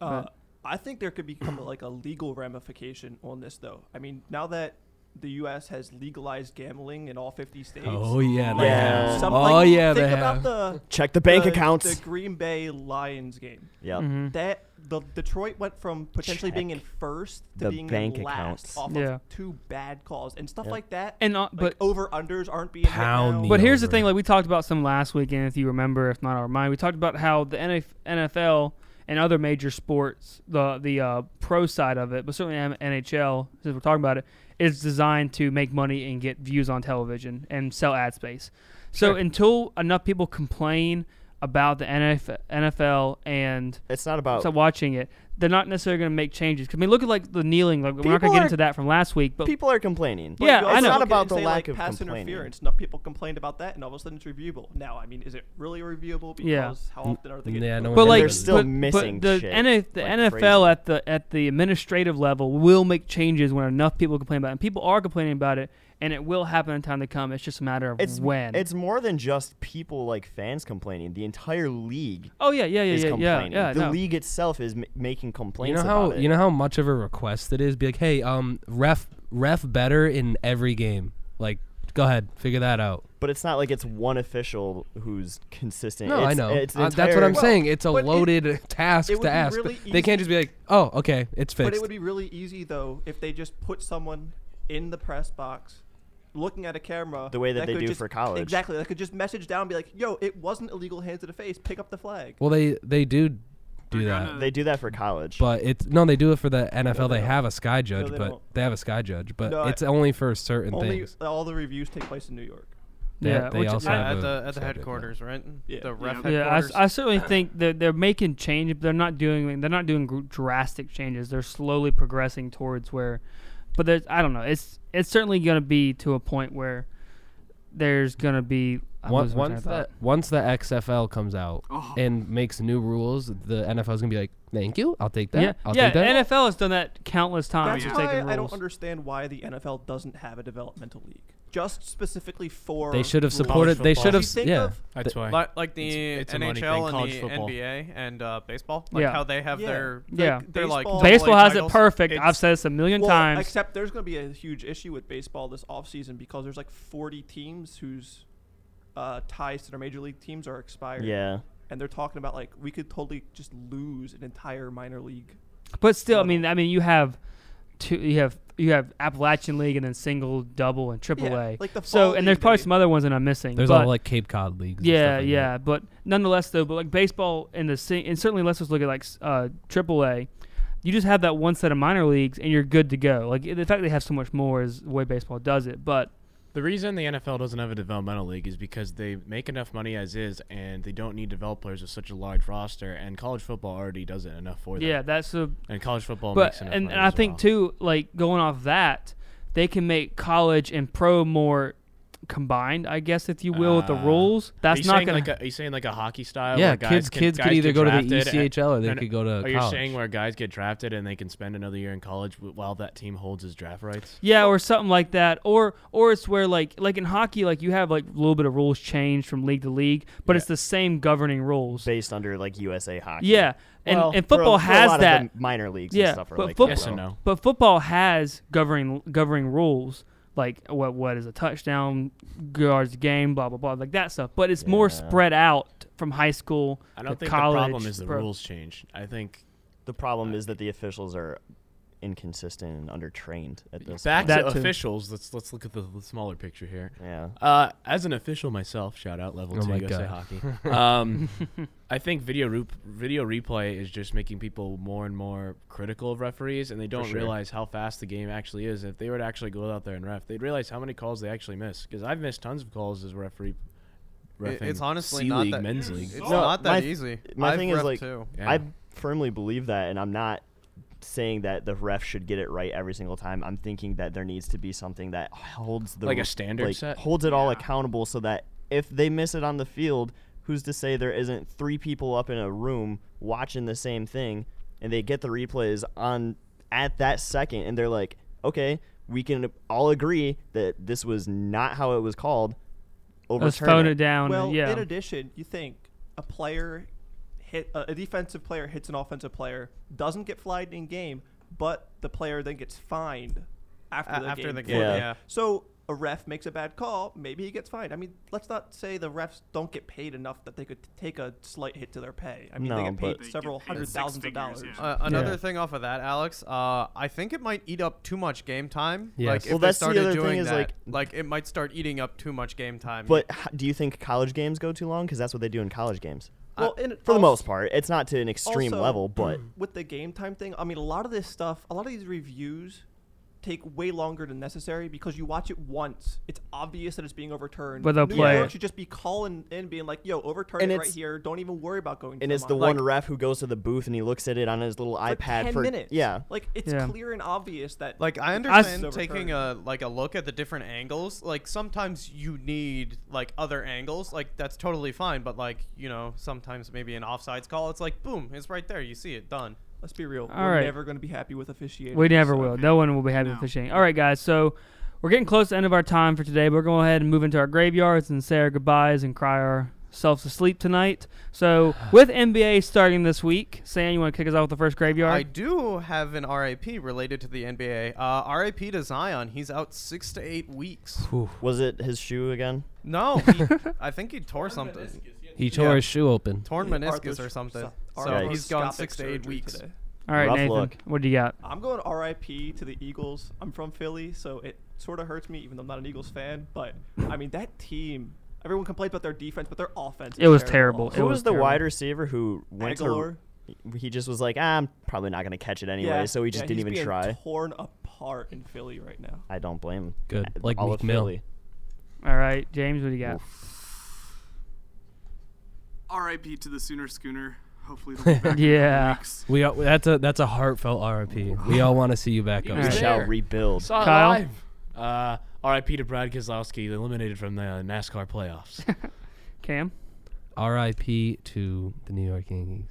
Speaker 7: Uh, I think there could become like a legal ramification on this, though. I mean, now that the U.S. has legalized gambling in all 50 states.
Speaker 4: Oh, yeah,
Speaker 7: like,
Speaker 1: they have.
Speaker 7: some-
Speaker 4: Oh,
Speaker 7: like,
Speaker 4: yeah,
Speaker 7: think
Speaker 4: they
Speaker 7: about
Speaker 4: have.
Speaker 7: the
Speaker 1: Check the bank
Speaker 7: the-
Speaker 1: accounts.
Speaker 7: The Green Bay Lions game.
Speaker 1: yeah.
Speaker 2: Mm-hmm.
Speaker 7: That the Detroit went from potentially being in first to
Speaker 1: the
Speaker 7: being
Speaker 1: bank
Speaker 7: in
Speaker 1: accounts.
Speaker 7: last off
Speaker 2: Yeah.
Speaker 7: of two bad calls and stuff
Speaker 1: Yep.
Speaker 7: like that.
Speaker 2: And, uh, but-
Speaker 1: oh,
Speaker 7: over unders aren't being hit
Speaker 4: Pound
Speaker 7: now.
Speaker 4: the
Speaker 2: but here's the
Speaker 4: over.
Speaker 2: thing like we talked about some last week and if you remember if not our mind we talked about how the NF nfl and other major sports the the uh, pro side of it but certainly M- nhl since we're talking about it is designed to make money and get views on television and sell ad space so until enough people complain about the NF- nfl and
Speaker 1: It's not about
Speaker 2: so watching it, they're not necessarily going to make changes. 'Cause I mean, look at like the kneeling. Like we're not going
Speaker 1: People
Speaker 2: to get
Speaker 1: are-
Speaker 2: into that from last week, but
Speaker 1: people are complaining.
Speaker 2: Yeah,
Speaker 7: you
Speaker 2: I know.
Speaker 7: also look
Speaker 1: It's
Speaker 7: at
Speaker 1: not
Speaker 7: it
Speaker 1: about
Speaker 7: and
Speaker 1: the
Speaker 7: say,
Speaker 1: lack
Speaker 7: like,
Speaker 1: of
Speaker 7: pass
Speaker 1: complaining.
Speaker 7: interference. Now people complained about that, and all of a sudden it's reviewable. Now, I mean, is it really reviewable? Because
Speaker 2: Yeah.
Speaker 7: how often are they?
Speaker 4: Yeah,
Speaker 7: Getting
Speaker 4: no
Speaker 2: but
Speaker 4: And
Speaker 2: like
Speaker 4: they're
Speaker 1: still
Speaker 2: but,
Speaker 1: missing
Speaker 2: but the
Speaker 1: shit
Speaker 2: NF the
Speaker 1: like
Speaker 2: NFL
Speaker 1: crazy.
Speaker 2: at the at the administrative level will make changes when enough people complain about it. And people are complaining about it, and it will happen in time to come. It's just a matter of
Speaker 1: It's
Speaker 2: when.
Speaker 1: It's more than just people like fans complaining. The entire league
Speaker 2: oh yeah, yeah,
Speaker 1: is
Speaker 2: yeah, yeah, yeah,
Speaker 1: complaining.
Speaker 2: yeah.
Speaker 1: the
Speaker 2: no.
Speaker 1: league itself is m- making
Speaker 4: You
Speaker 1: complaints
Speaker 4: know how
Speaker 1: about it.
Speaker 4: you know how much of a request it is. Be like, hey, um, ref, ref better in every game. Like, go ahead, figure that out.
Speaker 1: but it's not like it's one official who's consistent.
Speaker 4: No,
Speaker 1: it's,
Speaker 4: I know.
Speaker 1: It's an
Speaker 4: Uh, that's what
Speaker 1: entire-
Speaker 4: I'm saying. It's a
Speaker 7: but it-
Speaker 4: loaded task
Speaker 7: it would
Speaker 4: to
Speaker 7: be
Speaker 4: ask.
Speaker 7: really
Speaker 4: they can't just be like, oh, okay, it's fixed.
Speaker 7: But it would be really easy though if they just put someone in the press box, looking at a camera.
Speaker 1: The way that they
Speaker 7: could
Speaker 1: do
Speaker 7: just-
Speaker 1: for college.
Speaker 7: Exactly. That could just message down, and be like, "Yo, it wasn't illegal hand to the face. Pick up the flag."
Speaker 4: well, they they do do
Speaker 6: They're
Speaker 4: that,
Speaker 6: gonna-
Speaker 1: They do that for college.
Speaker 4: but it's no, they do it for the NFL.
Speaker 7: they
Speaker 4: they
Speaker 7: don't.
Speaker 4: have a sky judge,
Speaker 7: they
Speaker 4: but
Speaker 7: don't.
Speaker 4: they have a sky judge, but
Speaker 7: No, I-
Speaker 4: it's only for certain
Speaker 7: Only
Speaker 4: things.
Speaker 7: all the reviews take place in New York.
Speaker 4: They-
Speaker 2: yeah,
Speaker 4: they
Speaker 2: which
Speaker 4: also
Speaker 2: I,
Speaker 8: at
Speaker 4: have
Speaker 8: the
Speaker 4: a
Speaker 8: at the
Speaker 4: subject matter.
Speaker 8: headquarters, right?
Speaker 7: Yeah.
Speaker 8: The ref
Speaker 6: Yeah.
Speaker 2: Yeah, I s-
Speaker 8: headquarters.
Speaker 2: I, certainly think that they're making change, but they're not doing they're not doing gr- drastic changes. They're slowly progressing towards where, but there's I don't know. It's it's certainly going to be to a point where there's going to be I'm
Speaker 4: Once,
Speaker 2: losing my train
Speaker 4: once
Speaker 2: of thought.
Speaker 4: the once the XFL comes out
Speaker 6: Oh.
Speaker 4: and makes new rules, the NFL is gonna be like, "Thank you, I'll take that.
Speaker 2: yeah,
Speaker 4: I'll
Speaker 2: yeah
Speaker 4: take that."
Speaker 2: NFL has done that countless times.
Speaker 7: That's
Speaker 2: with
Speaker 7: why
Speaker 2: taking
Speaker 7: I don't
Speaker 2: rules.
Speaker 7: understand why the NFL doesn't have a developmental league, just specifically for.
Speaker 4: they should have
Speaker 7: rules.
Speaker 4: supported. They
Speaker 5: football.
Speaker 4: should
Speaker 7: You
Speaker 4: have. s-
Speaker 7: think
Speaker 4: Yeah,
Speaker 7: of-
Speaker 5: That's why.
Speaker 8: Like, like the
Speaker 5: It's- it's a money
Speaker 8: NHL
Speaker 5: thing,
Speaker 8: and
Speaker 5: college
Speaker 8: the
Speaker 5: football.
Speaker 8: NBA and uh, baseball, like
Speaker 2: Yeah.
Speaker 8: how they have
Speaker 7: Yeah.
Speaker 8: their
Speaker 2: Yeah.
Speaker 8: like, they're like
Speaker 7: Baseball-
Speaker 8: double A
Speaker 2: Baseball has it
Speaker 8: titles.
Speaker 2: perfect. I've
Speaker 8: It's-
Speaker 2: said this a million
Speaker 7: Well,
Speaker 2: times.
Speaker 7: Except there's going to be a huge issue with baseball this offseason because there's like 40 teams whose uh, ties to their major league teams are expired.
Speaker 1: yeah.
Speaker 7: And they're talking about like we could totally just lose an entire minor league.
Speaker 2: But still, I
Speaker 7: level.
Speaker 2: mean, I mean, you have two, you have you have Appalachian League and then single, double, and triple
Speaker 7: Yeah,
Speaker 2: A.
Speaker 7: like the fall
Speaker 2: so, and there's
Speaker 7: league
Speaker 2: probably
Speaker 7: day.
Speaker 2: some other ones that I'm missing.
Speaker 4: there's
Speaker 2: but
Speaker 4: all like Cape Cod leagues. and
Speaker 2: yeah,
Speaker 4: stuff like
Speaker 2: yeah, but nonetheless, though, but like baseball and the sing- and certainly let's just look at like s- uh, triple A. You just have that one set of minor leagues and you're good to go. Like the fact they have so much more is the way baseball does it. But
Speaker 5: The reason the NFL doesn't have a developmental league is because they make enough money as is, and they don't need developers with such a large roster. And college football already does it enough for them.
Speaker 2: yeah, that's the
Speaker 5: And college football
Speaker 2: but
Speaker 5: makes
Speaker 2: and,
Speaker 5: enough
Speaker 2: and
Speaker 5: money
Speaker 2: I
Speaker 5: as
Speaker 2: think
Speaker 5: well.
Speaker 2: too, like going off that, they can make college and pro more combined, I guess, if you will, with the
Speaker 5: Uh,
Speaker 2: rules.
Speaker 5: are
Speaker 2: That's
Speaker 5: you
Speaker 2: not
Speaker 5: saying
Speaker 2: gonna.
Speaker 5: Like a, are you saying like a hockey style?
Speaker 4: Yeah,
Speaker 5: where guys
Speaker 4: kids-
Speaker 5: can-
Speaker 4: kids could
Speaker 5: guys
Speaker 4: either
Speaker 5: get
Speaker 4: go to the
Speaker 5: drafted and-
Speaker 4: ECHL or they
Speaker 5: and-
Speaker 4: could go to
Speaker 5: Are you
Speaker 4: college.
Speaker 5: saying where guys get drafted and they can spend another year in college w- while that team holds his draft rights?
Speaker 2: yeah, or something like that, or or it's where like like in hockey, like you have like a little bit of rules change from league to league, but it's the same governing rules.
Speaker 1: Based under like USA hockey.
Speaker 2: Yeah, and
Speaker 5: Well,
Speaker 2: and
Speaker 1: For a-
Speaker 2: football
Speaker 1: for a
Speaker 2: has
Speaker 1: lot of
Speaker 2: that.
Speaker 1: the minor leagues
Speaker 2: Yeah,
Speaker 1: and stuff are
Speaker 2: but
Speaker 1: like
Speaker 2: football-
Speaker 1: that,
Speaker 5: Yes
Speaker 1: though.
Speaker 5: and no.
Speaker 2: But football has governing governing rules like what what is a touchdown, yards a game, blah blah blah, like that stuff. But it's more
Speaker 1: Yeah.
Speaker 2: spread out from high school
Speaker 5: I don't
Speaker 2: to
Speaker 5: think
Speaker 2: college.
Speaker 5: the problem is the
Speaker 2: pro-
Speaker 5: rules change. I think
Speaker 1: The problem is that the officials are inconsistent and undertrained at this.
Speaker 5: back
Speaker 1: point.
Speaker 5: to
Speaker 2: That too.
Speaker 5: officials. Let's let's look at the, the smaller picture here.
Speaker 1: yeah.
Speaker 5: Uh, as an official myself, shout out level
Speaker 4: Oh
Speaker 5: two
Speaker 4: my
Speaker 5: USA
Speaker 4: God.
Speaker 5: hockey. Um, I think video re- video replay is just making people more and more critical of referees, and they don't
Speaker 4: sure.
Speaker 5: realize how fast the game actually is. If they were to actually go out there and ref, they'd realize how many calls they actually miss. Because I've missed tons of calls as a referee.
Speaker 8: It-
Speaker 5: reffing
Speaker 8: It's honestly
Speaker 5: C
Speaker 8: not
Speaker 5: league,
Speaker 8: that
Speaker 5: men's
Speaker 8: easy.
Speaker 5: league.
Speaker 8: It's
Speaker 1: No,
Speaker 8: not
Speaker 1: my
Speaker 8: that
Speaker 1: th-
Speaker 8: easy.
Speaker 1: my
Speaker 8: I've
Speaker 1: thing is,
Speaker 8: ref
Speaker 1: like,
Speaker 8: too.
Speaker 5: Yeah.
Speaker 1: I firmly believe that, and I'm not saying that the ref should get it right every single time. I'm thinking that there needs to be something that holds the
Speaker 5: Like a standard
Speaker 1: like,
Speaker 5: set?
Speaker 1: holds it all accountable, so that if they miss it on the field, who's to say there isn't three people up in a room watching the same thing, and they get the replays on at that second, and they're like, okay, we can all agree that this was not how it was called.
Speaker 2: Let's
Speaker 1: Overturn
Speaker 2: tone
Speaker 1: it.
Speaker 2: it down.
Speaker 7: Well,
Speaker 2: yeah.
Speaker 7: in addition, you think a player hit a a defensive player hits an offensive player, doesn't get flagged in game, but the player then gets fined after
Speaker 8: A-
Speaker 7: the
Speaker 8: after
Speaker 7: game.
Speaker 8: the
Speaker 7: for
Speaker 8: game,
Speaker 1: Yeah.
Speaker 7: that.
Speaker 8: yeah.
Speaker 7: So a ref makes a bad call, maybe he gets fined. I mean, let's not say the refs don't get paid enough that they could t- take a slight hit to their pay. I mean,
Speaker 1: No,
Speaker 7: they get paid
Speaker 1: but- They
Speaker 6: get
Speaker 7: several
Speaker 6: paid
Speaker 7: hundred
Speaker 6: six
Speaker 7: thousands of
Speaker 6: figures,
Speaker 7: dollars.
Speaker 6: yeah.
Speaker 8: Uh, another thing off of that, Alex, uh, I think it might eat up too much game time.
Speaker 4: Yes.
Speaker 8: Like if
Speaker 1: Well,
Speaker 8: they
Speaker 1: that's the
Speaker 8: started
Speaker 1: other thing
Speaker 8: doing
Speaker 1: is,
Speaker 8: that,
Speaker 1: like-
Speaker 8: like it might start eating up too much game
Speaker 7: Mm-hmm.
Speaker 8: time.
Speaker 1: But h- do you think college games go too long? Because that's what they do in college games.
Speaker 7: Well, and
Speaker 1: For the
Speaker 7: als-
Speaker 1: most part, it's not to an extreme
Speaker 7: also,
Speaker 1: level, but
Speaker 7: with the game time thing, I mean, a lot of this stuff, a lot of these reviews take way longer than necessary because you watch it once. It's obvious that it's being overturned.
Speaker 2: With a
Speaker 7: New
Speaker 2: player.
Speaker 7: York should just be calling in, being like, "Yo, overturn
Speaker 1: And
Speaker 7: it right
Speaker 1: it's-
Speaker 7: here. Don't even worry about going."
Speaker 1: and
Speaker 7: to
Speaker 1: it's the
Speaker 7: monitor."
Speaker 1: one ref who goes to the booth and he looks at it on his little
Speaker 7: Like,
Speaker 1: iPad
Speaker 7: 10
Speaker 1: for
Speaker 7: minutes.
Speaker 1: yeah.
Speaker 7: like it's
Speaker 2: Yeah.
Speaker 7: clear and obvious that
Speaker 8: Like I
Speaker 7: it's
Speaker 8: understand
Speaker 7: overturned.
Speaker 8: taking a like a look at the different angles. Like sometimes you need like other angles. Like that's totally fine. But like you know sometimes maybe an offsides call. It's like boom, it's right there. You see it done.
Speaker 7: Let's be real.
Speaker 2: All
Speaker 7: We're
Speaker 2: right.
Speaker 7: never going to be happy with officiating.
Speaker 2: we never
Speaker 7: so-
Speaker 2: will. No one will be happy
Speaker 6: No.
Speaker 2: officiating. All right, guys. So We're getting close to the end of our time for today, but we're going ahead and move into our graveyards and say our goodbyes and cry ourselves to sleep tonight. So, with NBA starting this week, Sam, you want to kick us off with the first
Speaker 8: I
Speaker 2: graveyard?
Speaker 8: do have an RIP related to the NBA. Uh, RIP to Zion. He's out six to eight weeks.
Speaker 1: Was it his shoe again?
Speaker 8: No, he, I think he tore something.
Speaker 4: He tore
Speaker 8: Yeah.
Speaker 4: his shoe open.
Speaker 8: Torn meniscus or
Speaker 7: Arthros-
Speaker 8: something.
Speaker 7: so-
Speaker 8: So he's gone
Speaker 7: arthroscopic
Speaker 8: six to eight
Speaker 7: surgery
Speaker 8: weeks.
Speaker 7: today.
Speaker 2: All right,
Speaker 1: Rough
Speaker 2: Nathan,
Speaker 1: luck.
Speaker 2: what do you got?
Speaker 7: I'm going RIP to the Eagles. I'm from Philly, so it sort of hurts me, even though I'm not an Eagles fan. But I mean, that team. Everyone complained about their defense, but their offense.
Speaker 2: It
Speaker 7: is
Speaker 2: was terrible.
Speaker 7: also.
Speaker 2: It
Speaker 1: Who was,
Speaker 2: was
Speaker 1: the
Speaker 2: terrible.
Speaker 1: wide receiver who went
Speaker 7: Aguilar?
Speaker 1: to? He just was like, ah, I'm probably not gonna catch it anyway,
Speaker 7: Yeah,
Speaker 1: so he just
Speaker 7: yeah,
Speaker 1: didn't
Speaker 7: he's
Speaker 1: even
Speaker 7: being
Speaker 1: try.
Speaker 7: Torn apart in Philly right now.
Speaker 1: I don't blame him.
Speaker 4: Good,
Speaker 1: Uh,
Speaker 4: like
Speaker 1: all
Speaker 4: Meek
Speaker 1: of
Speaker 4: Mill.
Speaker 1: Philly.
Speaker 2: All right, James, what do you got?
Speaker 6: R.I.P. to the Sooner Schooner. Hopefully, they'll be back in
Speaker 2: Yeah.
Speaker 6: weeks.
Speaker 4: We all, that's a that's a heartfelt RIP. We all want to see you back
Speaker 5: He
Speaker 4: up.
Speaker 5: was
Speaker 1: We
Speaker 2: Alright.
Speaker 1: shall
Speaker 5: there.
Speaker 1: rebuild.
Speaker 5: Saw it
Speaker 2: Kyle?
Speaker 5: live. Uh, R.I.P. to Brad Keselowski, eliminated from the uh, NASCAR playoffs.
Speaker 2: Cam,
Speaker 4: RIP to the New York Yankees.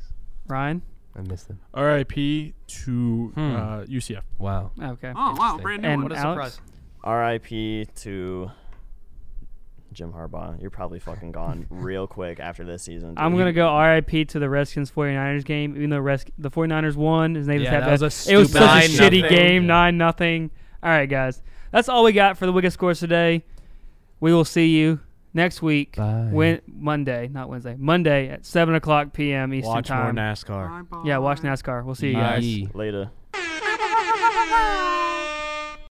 Speaker 2: Ryan.
Speaker 4: I miss them.
Speaker 3: R.I.P. to
Speaker 4: Hmm.
Speaker 3: uh, UCF.
Speaker 4: Wow.
Speaker 2: Okay.
Speaker 6: Oh wow, brand new
Speaker 2: and
Speaker 6: one.
Speaker 8: a
Speaker 2: Alex.
Speaker 8: surprise.
Speaker 1: R.I.P. to Jim Harbaugh. You're probably fucking gone real quick after this season. dude.
Speaker 2: I'm
Speaker 1: You-
Speaker 2: gonna go RIP to the Redskins 49ers game, even though Res- the 49ers won. His name
Speaker 4: Yeah,
Speaker 2: is
Speaker 4: that was a
Speaker 2: It was
Speaker 4: stupid-
Speaker 2: such a
Speaker 5: Nine
Speaker 2: shitty
Speaker 5: nothing.
Speaker 2: game, nine nothing. All right, guys, that's all we got for the Wicked Scores today. We will see you next week,
Speaker 4: Bye.
Speaker 2: Wed- Monday, not Wednesday, Monday at seven o'clock p.m. Eastern
Speaker 5: Watch more
Speaker 2: time.
Speaker 5: NASCAR.
Speaker 6: Bye-bye.
Speaker 2: yeah, watch NASCAR. We'll see you guys.
Speaker 5: Nice.
Speaker 1: Later.